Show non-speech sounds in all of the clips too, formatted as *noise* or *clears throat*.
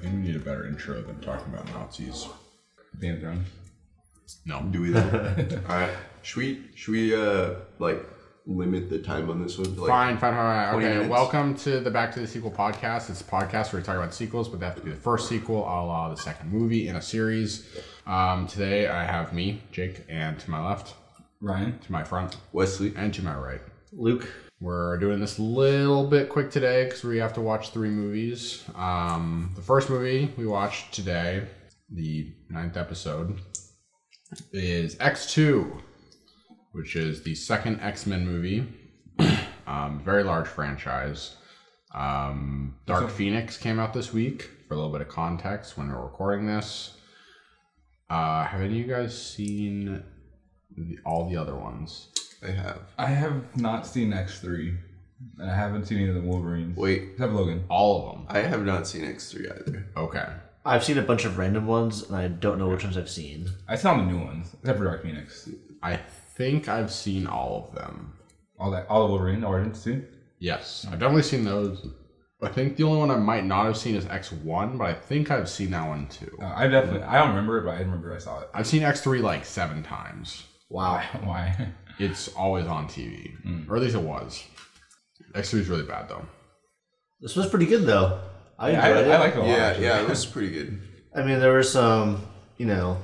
think we need a better intro than talking about Nazis. Game of Thrones. No. Do we? All right. Should we? Should we? Uh, like limit the time on this one. to, Like, Fine, fine, fine, fine. 20 Okay, minutes. welcome to the Back to the Sequel podcast. It's a podcast where we talk about sequels, but they have to be the first sequel, a la the second movie in a series. Um, today I have me, Jake, and to my left, Ryan. to my front, Wesley. and to my right. Luke. We're doing this little bit quick today because we have to watch three movies. Um, the first movie we watched today, the ninth episode, is X2, which is the second X Men movie. *clears throat* um, very large franchise. Um, Dark Phoenix came out this week for a little bit of context when we're recording this. Uh, have any of you guys seen the, all the other ones? I have. I have not seen X three, and I haven't seen either of the Wolverines. Wait. except Logan. All of them. I have not seen X three either. Okay. I've seen a bunch of random ones, and I don't know which ones I've seen. I saw the new ones, except for Dark Phoenix. I think I've seen all of them. All that, all the Wolverine origins too. Yes, I've definitely seen those. I think the only one I might not have seen is X1, but I think I've seen that one too. Uh, I definitely, I don't remember it, but I remember I saw it. *laughs* I've seen X3 like seven times. Wow. Why? It's always on TV, or at least it was. X3 is really bad though. This was pretty good, though. I I, enjoyed it. I like it a lot. Yeah, Oh, actually. yeah, it was pretty good. I mean, there were some, you know,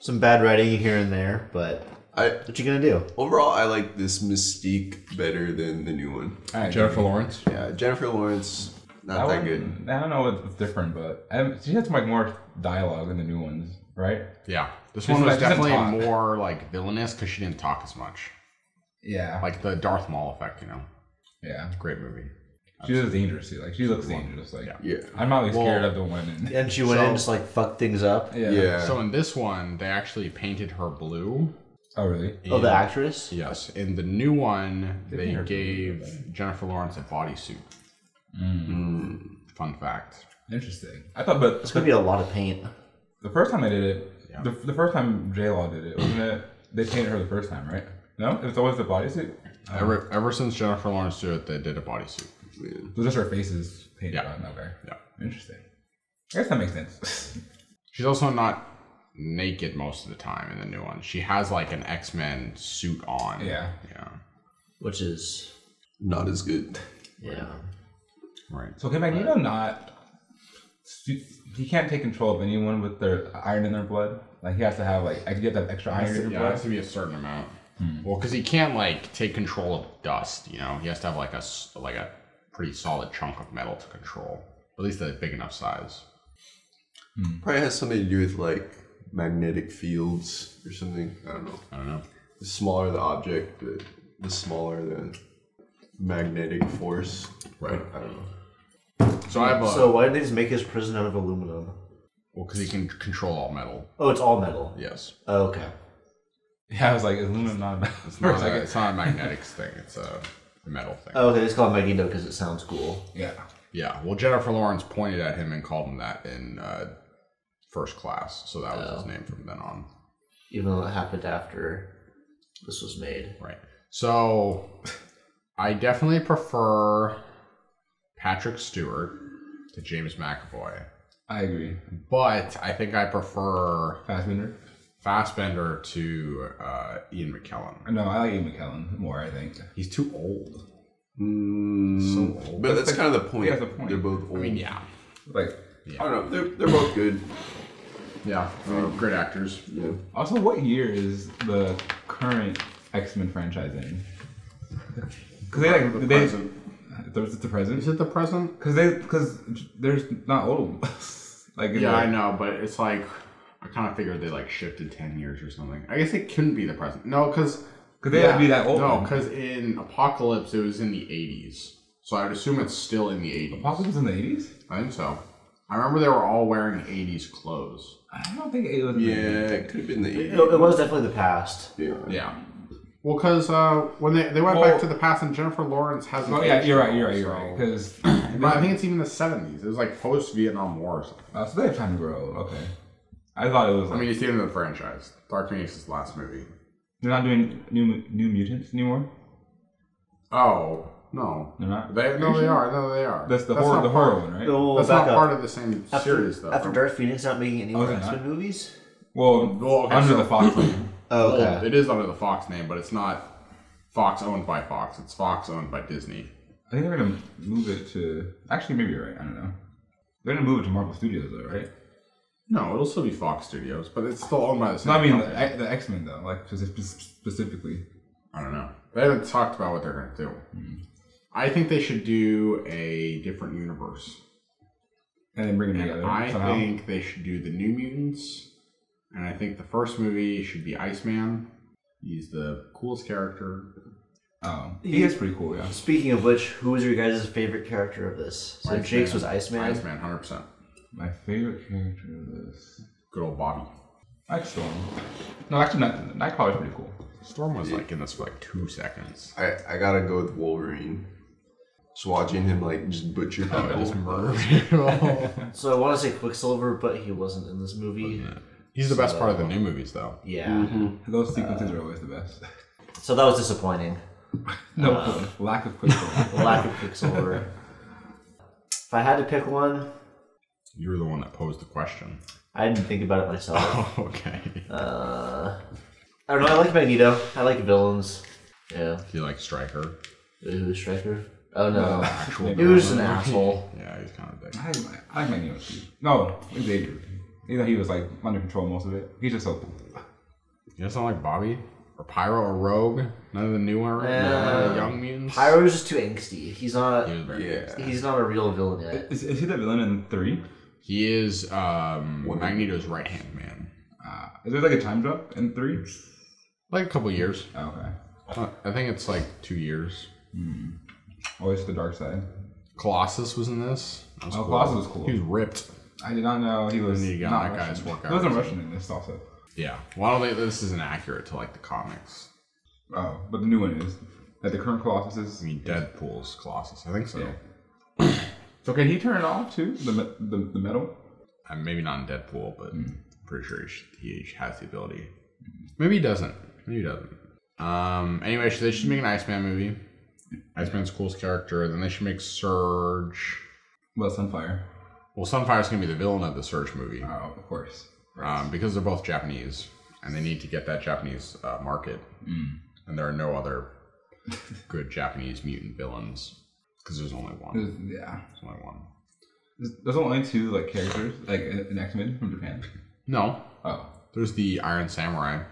some bad writing here and there, but I what you gonna do? overall I like this Mystique better than the new one. I agree. Jennifer Lawrence. Yeah, Jennifer Lawrence That not that, one- good. I don't know what's different, but I haven't- she had some like more dialogue in the new ones, right? Yeah, this She's one was like- doesn't definitely talk. more like villainous because she didn't talk as much, Yeah, like the Darth Maul effect. You know, yeah. great movie. She was dangerous too. Like she looks dangerous. Like Yeah. Yeah. I'm not really scared Well- of the one. In, And she went So- in and just like fucked things up. yeah. Yeah. So in this one, they actually painted her blue. Oh really? Oh, the in- actress. Yes, in the new one, they Didn't her- gave Jennifer Lawrence a bodysuit. Mm. Fun fact. Interesting. I thought, but It's gonna be a lot of paint. The first time they did it, Yeah. the, the first time J Law did it, wasn't it? They painted her the first time, right? No, it's always the bodysuit. Um, Ever ever since Jennifer Lawrence did it, they did a bodysuit. Man. so just her face is painted Yeah. on. Okay. Yeah. Interesting. I guess that makes sense. *laughs* She's also not naked most of the time in the new one. She has like an X Men suit on. yeah. Yeah. which is Not as good. yeah. Right. So can Magneto not? He can't take control of anyone with their iron in their blood. Like he has to have like you have to have extra iron in your Yeah, it has blood. *laughs* to be a certain amount. Well, because he can't like take control of dust. You know, he has to have like a s- like a pretty solid chunk of metal to control. At least a big enough size. Probably has something to do with like magnetic fields or something. I don't know. I don't know. The smaller the object, the, the smaller the magnetic force. Right. I don't know. So I have a So why did they just make his prison out of aluminum? well because he can control all metal. Oh, it's all metal. Yes. Oh, okay. Yeah, I was like, is aluminum not *laughs* bad? It's not, a, it's not a magnetics *laughs* thing. It's a metal thing. Oh, okay. It's called Magneto because it sounds cool. Yeah. Yeah. Well, Jennifer Lawrence pointed at him and called him that in uh, first class, so that was his name from then on. Even though it happened after this was made. Right. So, I definitely prefer Patrick Stewart to James McAvoy, I agree. but I think I prefer Fassbender. Fassbender to uh, Ian McKellen. No, I like Ian McKellen more. I think. He's too old. Mm, So old. but that's kind of the point. Yeah, the point. They're both old. I mean, yeah. Like I don't know. They're, they're both good. Yeah. I mean, great actors. Yeah. Also, what year is the current X Men franchise in? Because they like they, There was Is the present. it the present? Because they because there's not old. *laughs* like it's Yeah, I like, know, but it's like I kind of figured they like shifted ten years or something. I guess it couldn't be the present. No, because Because they have to be that old. No, one. because in Apocalypse it was in the eighties, so I'd assume it's still in the eighties. Apocalypse in the eighties. I think so. I remember they were all wearing eighties clothes. I don't think it was. in the Yeah, 80s. it could have been the It, 80s. it was definitely the past. Yeah. Yeah. Well, because uh, when they they went Well- back to the past, and Jennifer Lawrence hasn't. Oh yeah, aged you're at right. You're all, right. You're so- right. *coughs* Because But I think it's even the seventies. It was like post Vietnam War. Or something. uh, so they have time to grow old. Okay. I thought it was. I Like, mean, it's the end of the franchise. Dark Phoenix is the last movie. they're not doing new Mu- New Mutants anymore. Oh, No. They're not. They no, they are. No, they are. That's the not horror, the part- horror one, right? No, That's back not up. part of the same after, series, though. After Darth Phoenix, not making any more they're X Men movies. Well, Well, Oh, okay, under so- the Fox one. Oh, Well, it is under the Fox name, but it's not Fox owned by Fox. It's Fox owned by Disney. I think they're gonna move it to. Actually, maybe you're right. I don't know. They're gonna move it to Marvel Studios, though, right? No, it'll still be Fox Studios, but it's still owned by the same. No, I mean company. the, the X Men though, like speci- specifically. I don't know. Mm-hmm. They haven't talked about what they're going to do. I think they should do a different universe. and then bring them And together. I somehow. think they should do the New Mutants. And I think the first movie should be Iceman. He's the coolest character. oh, he is pretty cool. Yeah, Speaking of which, who was your guys' favorite character of this? So Iceman. Jake's was Iceman. Iceman, 100%. my favorite character of this. Good old Bobby. Night Storm. No, actually, Night, Nightcrawler's pretty cool. Storm was like in this for like two *laughs* seconds. I, I gotta go with Wolverine. Just watching him like Oh, just butcher I just people. murdered So I want to say Quicksilver, but he wasn't in this movie. He's the best part of the new movies, though. Yeah. Those sequences are always the best. So that was disappointing. no, lack of *laughs* quick The lack of Quicksilver. if I had to pick one, You were the one that posed the question. I didn't think about it myself. Oh, *laughs* okay. Uh, I don't know. I like Magneto. I like villains. Yeah. Do you like Striker? Who Striker? Oh no. actual. He was just *laughs* an asshole. Yeah, he's kind of a dick. I, I like Magneto too. No, Xavier. Even though he was like under control most of it, he's just so cool. You guys don't like Bobby? Or Pyro or Rogue? None of the newer none of the Young Mutants? Pyro is just too angsty. He's not. He was very Yeah. He's not a real villain yet. Is, is he the villain in three? He is um, Magneto's right hand man. Uh, is there like a time jump in three? Like a couple years. Oh, okay. Uh, I think it's like two years. Always Oh, the dark side. Colossus was in this. That was Oh, cool. Colossus was cool. He was ripped. I did not know he was. And you got not that Russian. guy's workout There was a routine. Russian in this also. Yeah. Well, I don't think this isn't accurate to like the comics. Oh, but the new one is. That the current Colossus is. I mean, Deadpool's Colossus. I think so. Yeah. So can he turn it off too? The me- the, the metal? Uh, maybe not in Deadpool, but I'm pretty sure he, sh- he has the ability. Hmm. Maybe he doesn't. Maybe he doesn't. Um. Anyway, so they should make an Iceman movie. Iceman's the coolest character. Then they should make Surge. Well, Sunfire. Well, Sunfire's gonna be the villain of the Surge movie Oh, of course. um, because they're both Japanese and they need to get that Japanese uh, market. Mm. And there are no other *laughs* good Japanese mutant villains because there's only one. There's, yeah. There's only one. There's, there's only two like characters, like an X Men from Japan. No, Oh, there's the Iron Samurai.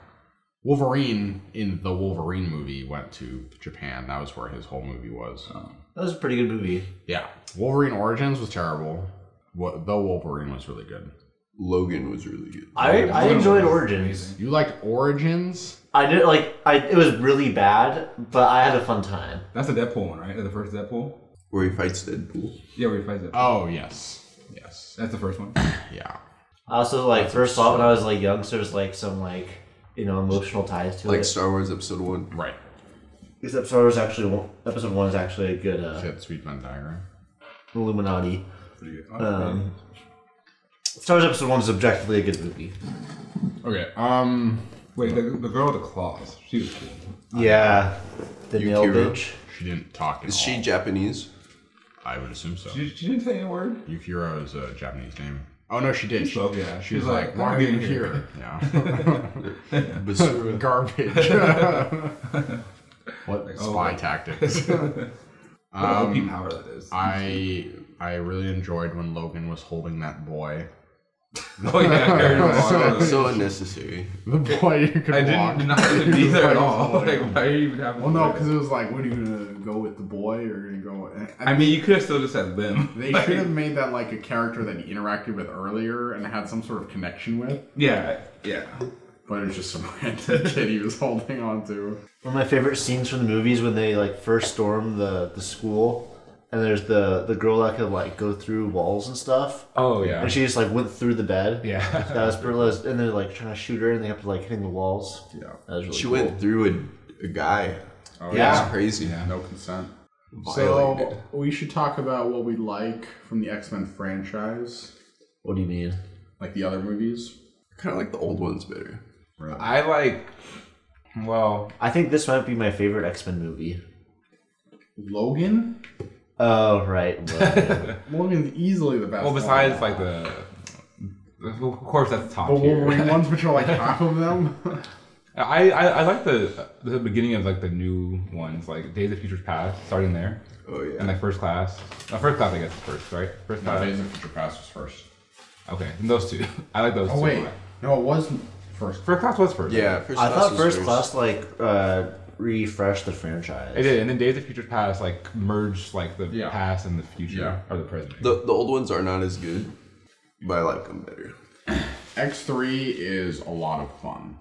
Wolverine in the Wolverine movie went to Japan. That was where his whole movie was. That was a pretty good movie. Yeah, Wolverine Origins was terrible. What the Wolverine was really good. Logan was really good. I I enjoyed was Origins. You liked Origins? I did like I. It was really bad, but I had a fun time. that's the Deadpool one, right? The first Deadpool. Where he fights Deadpool. Yeah, where he fights it. Oh yes, yes, That's the first one. yeah. I also like first off when I was like young, so there's like some like you know emotional ties to Like it. Star Wars Episode 1. Right. Except Star Wars actually one, episode one is actually a good uh, Hit Sweet Venn diagram. Illuminati. Pretty good. Um, Star Wars episode one is objectively a good movie. Okay. Um. Wait, the, the girl with the claws. She was cool. Yeah, the nail Yukiro. bitch. She didn't talk at Is all. she Japanese? I would assume so. She, she didn't say a word. Yukiro is a Japanese name. Oh no, she did. She, spoke, yeah. she She was was like, like, "Why "I'm are you being here?" here." *laughs* Yeah. *laughs* Basura. Garbage. *laughs* what spy oh. tactics? What um, OP power that is. I I really enjoyed when Logan was holding that boy. *laughs* oh yeah, *laughs* carrying the so, bottle. so unnecessary. The boy who could I didn't not even be there at all. Like, why are you even having? Well, no, because it was like, what are you gonna go with the boy or you gonna go? I, I mean, you could have still just said them. they Like, should have made that like a character that he interacted with earlier and had some sort of connection with, Yeah, yeah. but it was just some *laughs* random kid he was holding on to. One of my favorite scenes from the movies when they like first storm the the school, and there's the the girl that could like go through walls and stuff, Oh yeah. and she just like went through the bed. Yeah. *laughs* That was pretty. low. And they're like trying to shoot her, and they have to like hitting the walls. Yeah, that was really She cool. went through a, a guy. That's yeah. crazy. No consent. Violated. So we should talk about what we like from the X Men franchise, What do you mean? like the other movies. kind of like the old ones better. I like. Well, I think this might be my favorite X Men movie. Logan? Oh *laughs* right. Logan. Logan's easily the best. Well, one. besides like the, of course that's top the tier. Wolverine ones, which are like half of them. I, I I like the the beginning of like the new ones, like Days of Futures Past, starting there, Oh yeah. and like first class. Uh, first class, I guess, is first, right? First No, class. Days of Future Past was first. Okay, and those two. *laughs* I like those two. Oh wait, no, it wasn't first. First class was first. yeah. First I class thought was first class like uh, refreshed the franchise. It did, and then Days of Futures Past like merged like the Yeah. past and the future Yeah. or the present. The the old ones are not as good, but I like them better. X three is a lot of fun.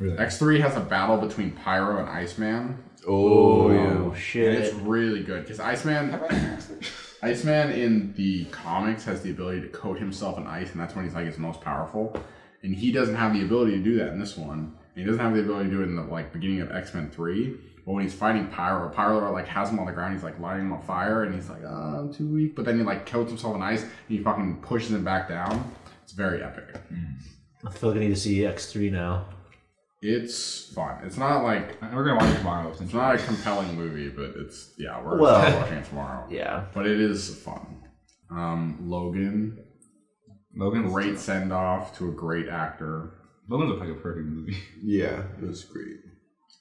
Really? X three has a battle between Pyro and Iceman. Oh, Oh yeah. And it's shit! really good because Iceman, *laughs* Iceman in the comics has the ability to coat himself in ice, and that's when he's like his most powerful. And he doesn't have the ability to do that in this one. And he doesn't have the ability to do it in the like beginning of X Men Three. But when he's fighting Pyro, Pyro like has him on the ground. He's like lighting him on fire, and he's like, "Ah, I'm too weak." But then he like coats himself in ice, and he fucking pushes him back down. It's very epic. I feel like I need to see X three now. It's fun. It's not like We're gonna watch it tomorrow. Since it's not a compelling movie, but it's yeah, we're Well, watching it tomorrow. Yeah. but it is fun. Um, Logan, Logan's great send off to a great actor. Logan's like a perfect movie. *laughs* Yeah, it was great.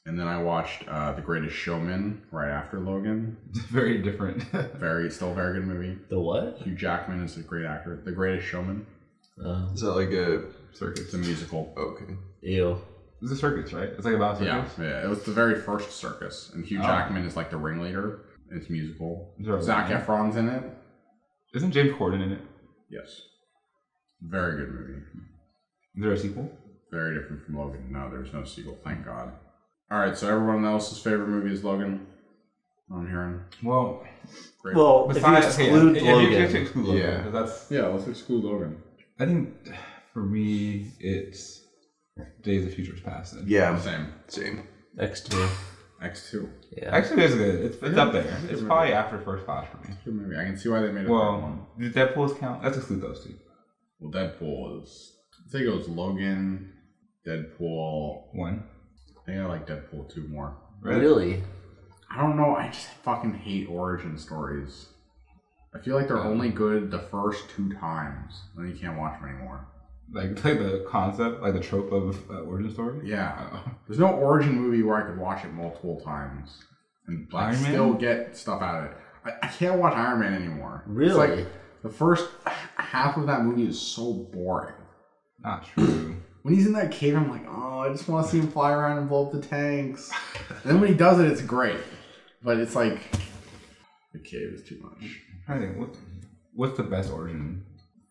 And then I watched uh, The Greatest Showman right after Logan. It's very different. *laughs* Very, still a very good movie. The what? Hugh Jackman is a great actor. The Greatest Showman. Uh, Is that like a It's circus. a musical. okay? ew. It's a circus, right? It's like about a Yeah, circus. yeah, it was the very first circus, and Hugh Oh. Jackman is like the ringleader. It's musical. Is there a Zach lion? Efron's in it. Isn't James Corden in it? Yes, very good movie. Is there a sequel? Very different from Logan. No, there's no sequel. Thank God. All right, so everyone else's favorite movie is Logan. I'm hearing. Well, Great. Well, if you exclude yeah, Logan, If you have to exclude Logan, Yeah. 'cause that's. yeah, let's exclude Logan. I think for me, it's Days of Futures Past. then. Yeah, Same. same. X two. X two. Yeah. Actually, it's good. It's, it's Yeah. up there. It's probably after First Class for me. Good movie. I can see why they made it. that one. Well, do Deadpool's count? Let's exclude those two. well, Deadpool is. I think it was Logan, Deadpool. One. I think I like Deadpool two more. Really? I don't know. I just fucking hate origin stories. I feel like they're only good the first two times, then you can't watch them anymore. Like, like the concept, like the trope of uh, origin story. Yeah. *laughs* Oh. There's no origin movie where I could watch it multiple times and like Iron Man? still get stuff out of it. I, I can't watch Iron Man anymore. It's Really? like the first half of that movie is so boring. Not true. When he's in that cave, I'm like, oh, I just want to see him fly around and blow up the *laughs* tanks. And then when he does it, it's great. But it's like the cave is too much. I'm trying to think. What, what's the best origin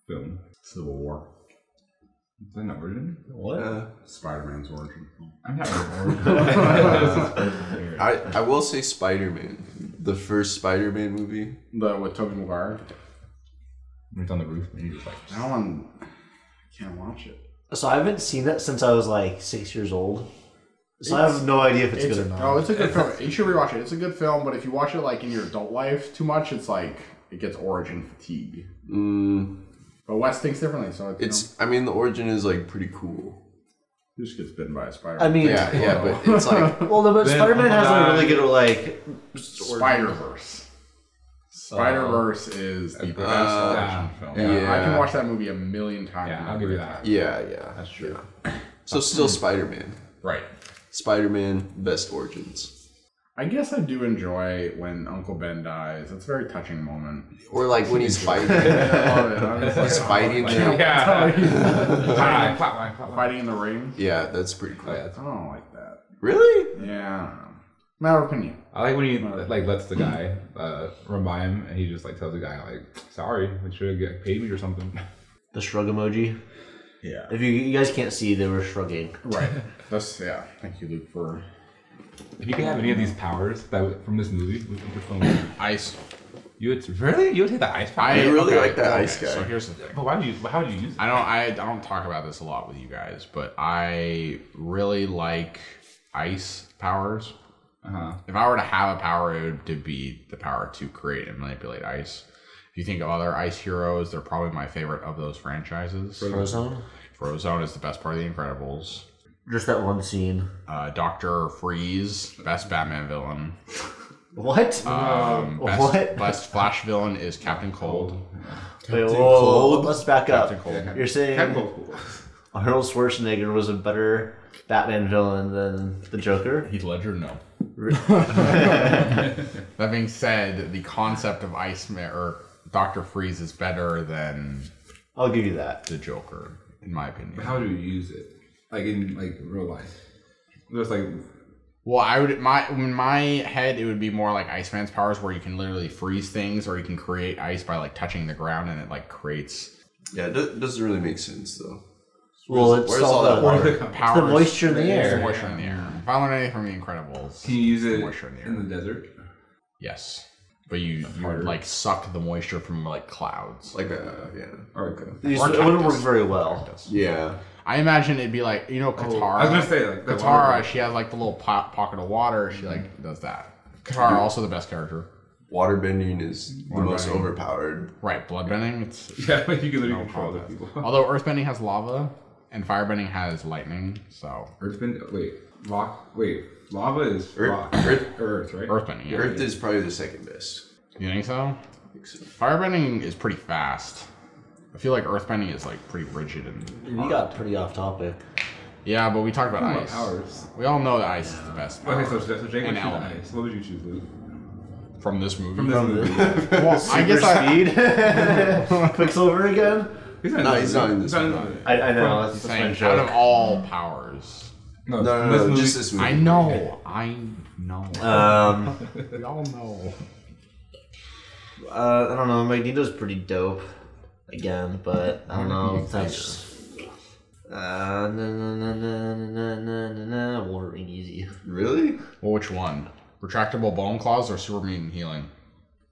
film? Civil War, Is that an origin? What? Uh, Spider-Man's origin. I'm not *laughs* an origin. I I will say Spider Man, the first Spider Man movie. The with Tobey Maguire. When he's on the roof and he's just like, That one, I can't watch it. So I haven't seen that since I was like six years old. So I have no idea if it's, good or not. No, it's *laughs* a good film. You should rewatch it. It's a good film, but if you watch it like in your adult life too much, it's like it gets origin fatigue. Mm, But Wes thinks differently, so it's, it's I mean the origin is like pretty cool. you know, just gets bitten by a spider. I mean, Yeah, *laughs* yeah, but it's like well, no, but Then Spider Man has a I- really good like Spider Verse. Spider Verse is the best Uh, origin film. yeah. I can Yeah. watch that movie a million times. yeah, I'll give you that. yeah, yeah. That's true. So still Spider Man. Right. Spider Man best origins. I guess I do enjoy when Uncle Ben dies. It's a very touching moment. Or like when *laughs* he's I fighting, love it. I'm just he's like, fighting. Yeah. them. *laughs* Flatline, flatline, flatline. fighting in the ring. Yeah, that's pretty cool. I don't like that. Really? Yeah. I don't know. Matter of opinion. I like when he like lets the guy uh, run by him, and he just like tells the guy like, "Sorry, we should have paid me or something." the shrug emoji. Yeah. If you, you guys can't see, they were shrugging. Right. That's yeah. Thank you, Luke, for If you could have any of these powers that w- from this movie, which which one? would you- ice. You would really? You would take the ice power? I really like that ice guy. So here's the thing. but why do you? How do you use it? I don't. I, I don't talk about this a lot with you guys, but I really like ice powers. Uh-huh. If I were to have a power, it would to be the power to create and manipulate ice. If you think of other ice heroes, they're probably my favorite of those franchises. Frozone? Frozone is the best part of The Incredibles. Just that one scene. Uh, Doctor Freeze, best Batman villain. What? Um, best, What? best Flash villain is Captain Cold. Wait, whoa, Cold? let's back Captain up. Cold. You're saying Oh. Arnold Schwarzenegger was a better Batman villain than the Joker? Heath Ledger, no. *laughs* that being said, the concept of Iceman or Doctor Freeze is better than I'll give you that. the Joker, in my opinion. How do you use it? Like in like real life? There's like Well, I would my in my head it would be more like Iceman's powers, where you can literally freeze things, or you can create ice by like touching the ground, and it like creates Yeah, it do- doesn't really make sense though. Well, it's where's all, all that the- water? powers. moisture in the It's air. moisture in the air. If I learned anything from the Incredibles, can you use it's it moisture in the air. in the desert? yes, but you you would like suck the moisture from like clouds. Like a yeah, Or like a- These- Or it wouldn't work cactus. very well. yeah. I imagine it'd be like you Oh. know Katara. I was gonna say like the Katara, water- Mm-hmm. she has like the little po- pocket of water. She like does that. Katara also the best character. Water bending is the most overpowered. Right, bloodbending. *laughs* It's *laughs* Yeah, but you can literally control other people. *laughs* although earthbending has lava and firebending has lightning, so Earthbend. Wait, rock. Wait, lava is rock. Earth- Earth, right? earthbending. Yeah. Earth is probably the second best. You think so? I think so. Firebending is pretty fast. I feel like earthbending is like pretty rigid and You got pretty off topic. yeah, but we talked about Talking about ice. powers. We all know that ice is the best power Okay, so, so Jake would An choose element. ice. What would you choose, Luke? from this movie. From this *laughs* movie. *laughs* well, I guess I, Speed? Quicksilver again? He's not in No, this he's movie. not in this in one. movie. I, I know, that's, that's *laughs* my saying, out of joke. all powers, No, No, no, this no, movie- just this movie. I know, I know, Uh, Um, we all know. uh, I don't know, Magneto's pretty dope again, but I don't know. That's. Uh, na na na na na na na na. Wolverine easy. *laughs* Really? Well, which one? Retractable bone claws or super mutant healing?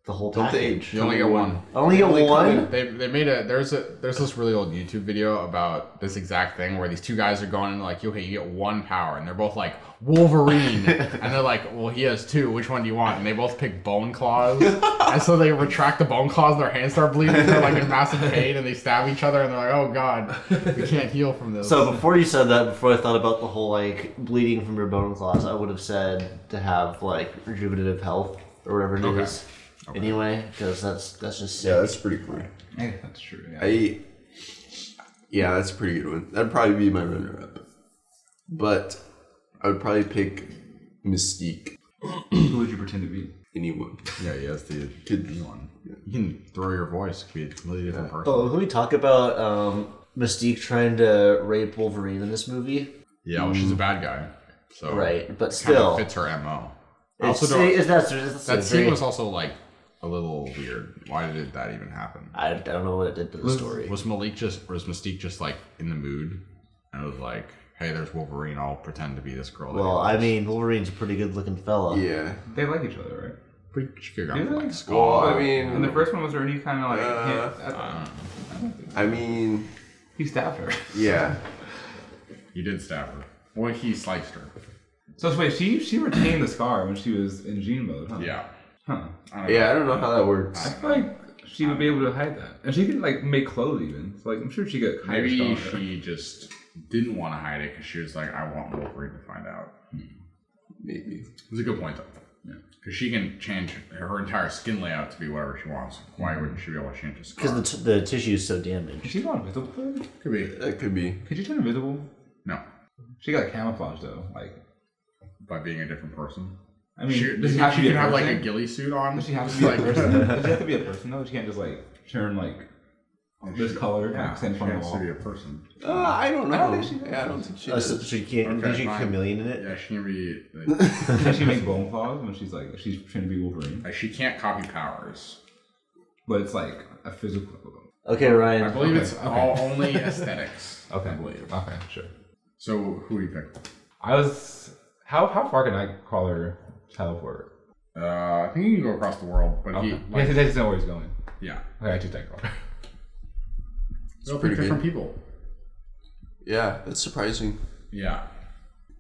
The whole Don't they package. age? You only get one. I only get one. They, they made a there's a there's this really old YouTube video about this exact thing where these two guys are going and like okay you get one power and they're both like *laughs* Wolverine and they're like well he has two which one do you want and they both pick bone claws and so they retract the bone claws and their hands start bleeding and they're like in massive pain and they stab each other and they're like oh god we can't heal from this So before you said that, before I thought about the whole like bleeding from your bone claws, I would have said to have like rejuvenative health or whatever it is. Anyway, because that's that's just Yeah, sick. that's pretty cool. Yeah, that's true. Yeah. I yeah, that's a pretty good one. That'd probably be my runner-up. But I would probably pick Mystique. Who would you pretend to be? Anyone yeah he has the could. one you can throw your voice it could be a completely different person But Oh, can we talk about um, Mystique trying to rape Wolverine in this movie? yeah well she's a bad guy so Right, but kind still, of fits her mo. I it's, also don't- it's, that's, that's That that's scene very- was also like a little weird. Why did that even happen? I, I don't know what it did to the story. Was Malik just was Mystique just like in the mood and was like, "Hey, there's Wolverine. I'll pretend to be this girl." that Well, you I like." mean, Wolverine's a pretty good looking fella. Yeah. They like each other, Pretty- she could have right? gone for, Do like they? Skull. Well, I mean- and the first one was where he kind of like Uh, hit- I- I mean, he stabbed her. yeah. you did stab her. Well, he sliced her. So wait, she she retained the scar when she was in Jean mode, huh? Yeah. Huh. Yeah, I don't know how that works. I feel like she would be able to hide that, and she could like make clothes even. So like I'm sure she could hide Maybe a scar. she just didn't want to hide it because she was like, "I want Wolverine to find out." Maybe. It's a good point though. Because she can change her entire skin layout to be whatever she wants. Why Mm-hmm. wouldn't she be able to change the scar? Because the, t- the tissue is so damaged. Is she not invisible? though? could be. That could be. Could she turn invisible? No. She got camouflage though. Like By being a different person. I mean, she, does does it she have to be can a have like a person? ghillie suit on. Does she have to be *laughs* a person? Does she have to be a person though? She can't just like turn like this color Oh, Yeah, and stand in she front of has the to wall. be a person. Uh, I don't know. I don't don't think think she. Yeah, I don't think she. Uh, so Does. she can't. Okay, did you fine. chameleon in it? Yeah, she can be. Like, *laughs* uh, Can she make bone claws when she's like she's trying to be Wolverine? she can't copy powers. But it's like a physical. Okay, Ryan. I believe it's all *laughs* only aesthetics. Okay. I believe. Okay, sure. So who do you pick? I was how how far can I call her teleport? Uh, I think you can go across the world, but Okay. he, Yes, like, it doesn't know where he's going. yeah, Okay, I just *laughs* take her. go pretty pick different people. Yeah, that's surprising. Yeah,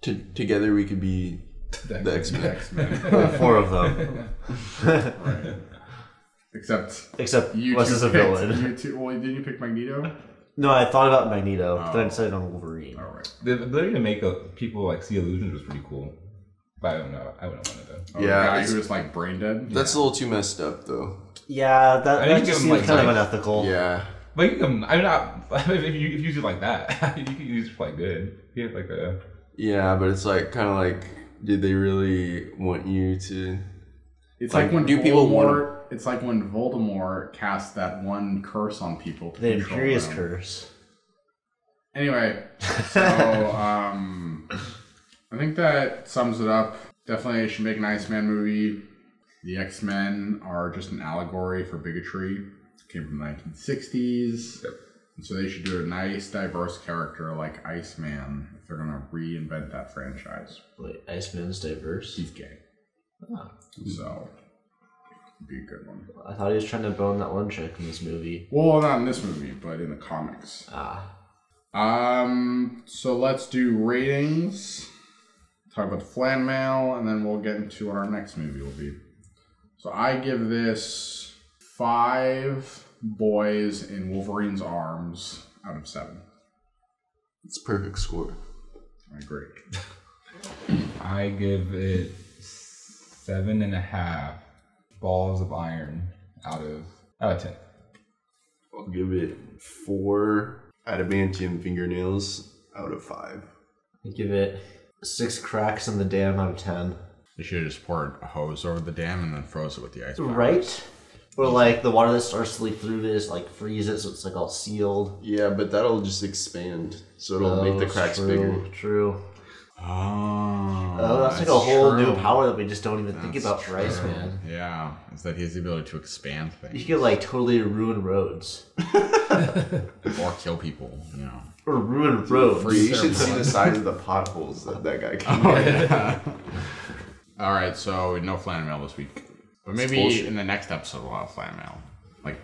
To, together we could be the X Men. X Men. Well, four of them, *laughs* Except except you Wes two is a picked- villain. *laughs* You two, well, did you pick *laughs* Magneto? No, I thought about Oh. Magneto, but then I decided on Wolverine. All right. The ability to make uh people like see illusions was pretty cool. But I don't know. I wouldn't want to do. Oh, Yeah, the guy it's- who was like brain dead. That's a little too messed up, though. Yeah, that, I that think just it's seems like- kind of like- unethical. Yeah. Like you can, I'm not. *laughs* If you, if you use it like that, *laughs* you can use it for like good. You have like a. Yeah, but it's like kind of like, did they really want you to? It's Like, like, when do people Voldemort, wanna- It's like when Voldemort cast that one curse on people. To The control Imperious them. Curse. *laughs* Anyway, so um, I think that sums it up. Definitely should make an Iceman movie. The X Men are just an allegory for bigotry. Came from the 1960s. And so they should do a nice, diverse character like Iceman if they're going to reinvent that franchise. Wait, Iceman's diverse. He's gay. Ah. So, it'd be a good one. I thought he was trying to bone that one chick in this movie. Well, not in this movie, but in the comics. Ah, Um, so let's do ratings. Talk about the flan mail, and then we'll get into what our next movie will be. So I give this five boys in Wolverine's arms out of seven. It's a perfect score. I agree. I give it seven and a half balls of iron out of out of ten. I'll give it four adamantium fingernails out of five. I give it six cracks in the dam out of ten. They should have just poured a hose over the dam and then froze it with the ice. pack. Right? Or like the water that starts to leak through this, like freeze it, so it's like all sealed. Yeah, but that'll just expand, so it'll Oh, make the cracks true, bigger. True. Oh, Oh, that's, like a that's whole new true. power that we just don't even think That's about for true. Iceman. Yeah, is that he has the ability to expand *laughs* You things could like totally *laughs* ruin roads. or kill people. You know. Or ruin roads. Dude, you should see the size of the potholes that that *laughs* guy *laughs* can. Oh, yeah. All right, so no flan mail this week, but maybe bullshit. in the next episode we'll have flan mail, like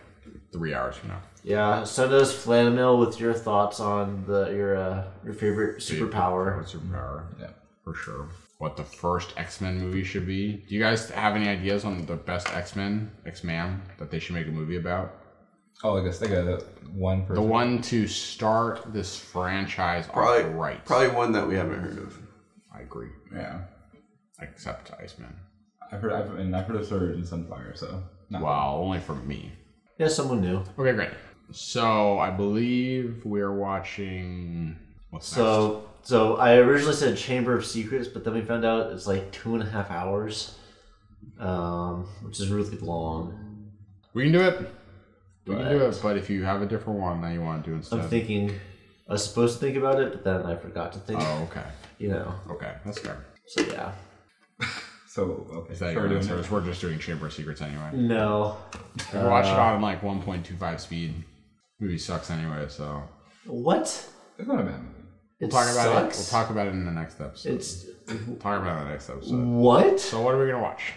three hours from now. Yeah, send us flanmail with your thoughts on the your uh, your favorite superpower. What's your power? Yeah, for sure. What the first X Men movie should be? Do you guys have any ideas on the best X Men, X Man that they should make a movie about? Oh, like a like a one The person. one to start this franchise Probably, off right. probably one that we haven't heard of. I agree. Yeah, Except Iceman. I've heard I've and I've heard of Surge and Sunfire, so not Well, only from me. Yeah, someone new. Okay, great. So I believe we're watching. What's next? So so I originally said Chamber of Secrets, but then we found out it's like two and a half hours, um, which is really long. We can do it. We can do But- it, but if you have a different one that you want to do instead. I'm thinking. I was supposed to think about it, but then I forgot to think. oh, okay. You know. Okay, that's fair. So yeah. So okay, Is that so we're your doing answer? it. We're just doing Chamber of Secrets anyway. No. We watch it on like 1.25 speed. Movie sucks anyway, so What? It's not a bad movie. We'll talk about it. We'll talk about it Mm. in the next episode. It's We'll talk about it in the next episode. what? So what are we gonna watch?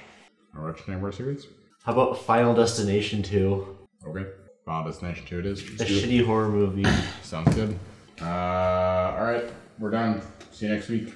We're watching Chamber of Secrets. How about Final Destination Two? Okay. Final Destination Two. It is. A shitty horror movie. Sounds good. Uh, all right, we're done. See you next week.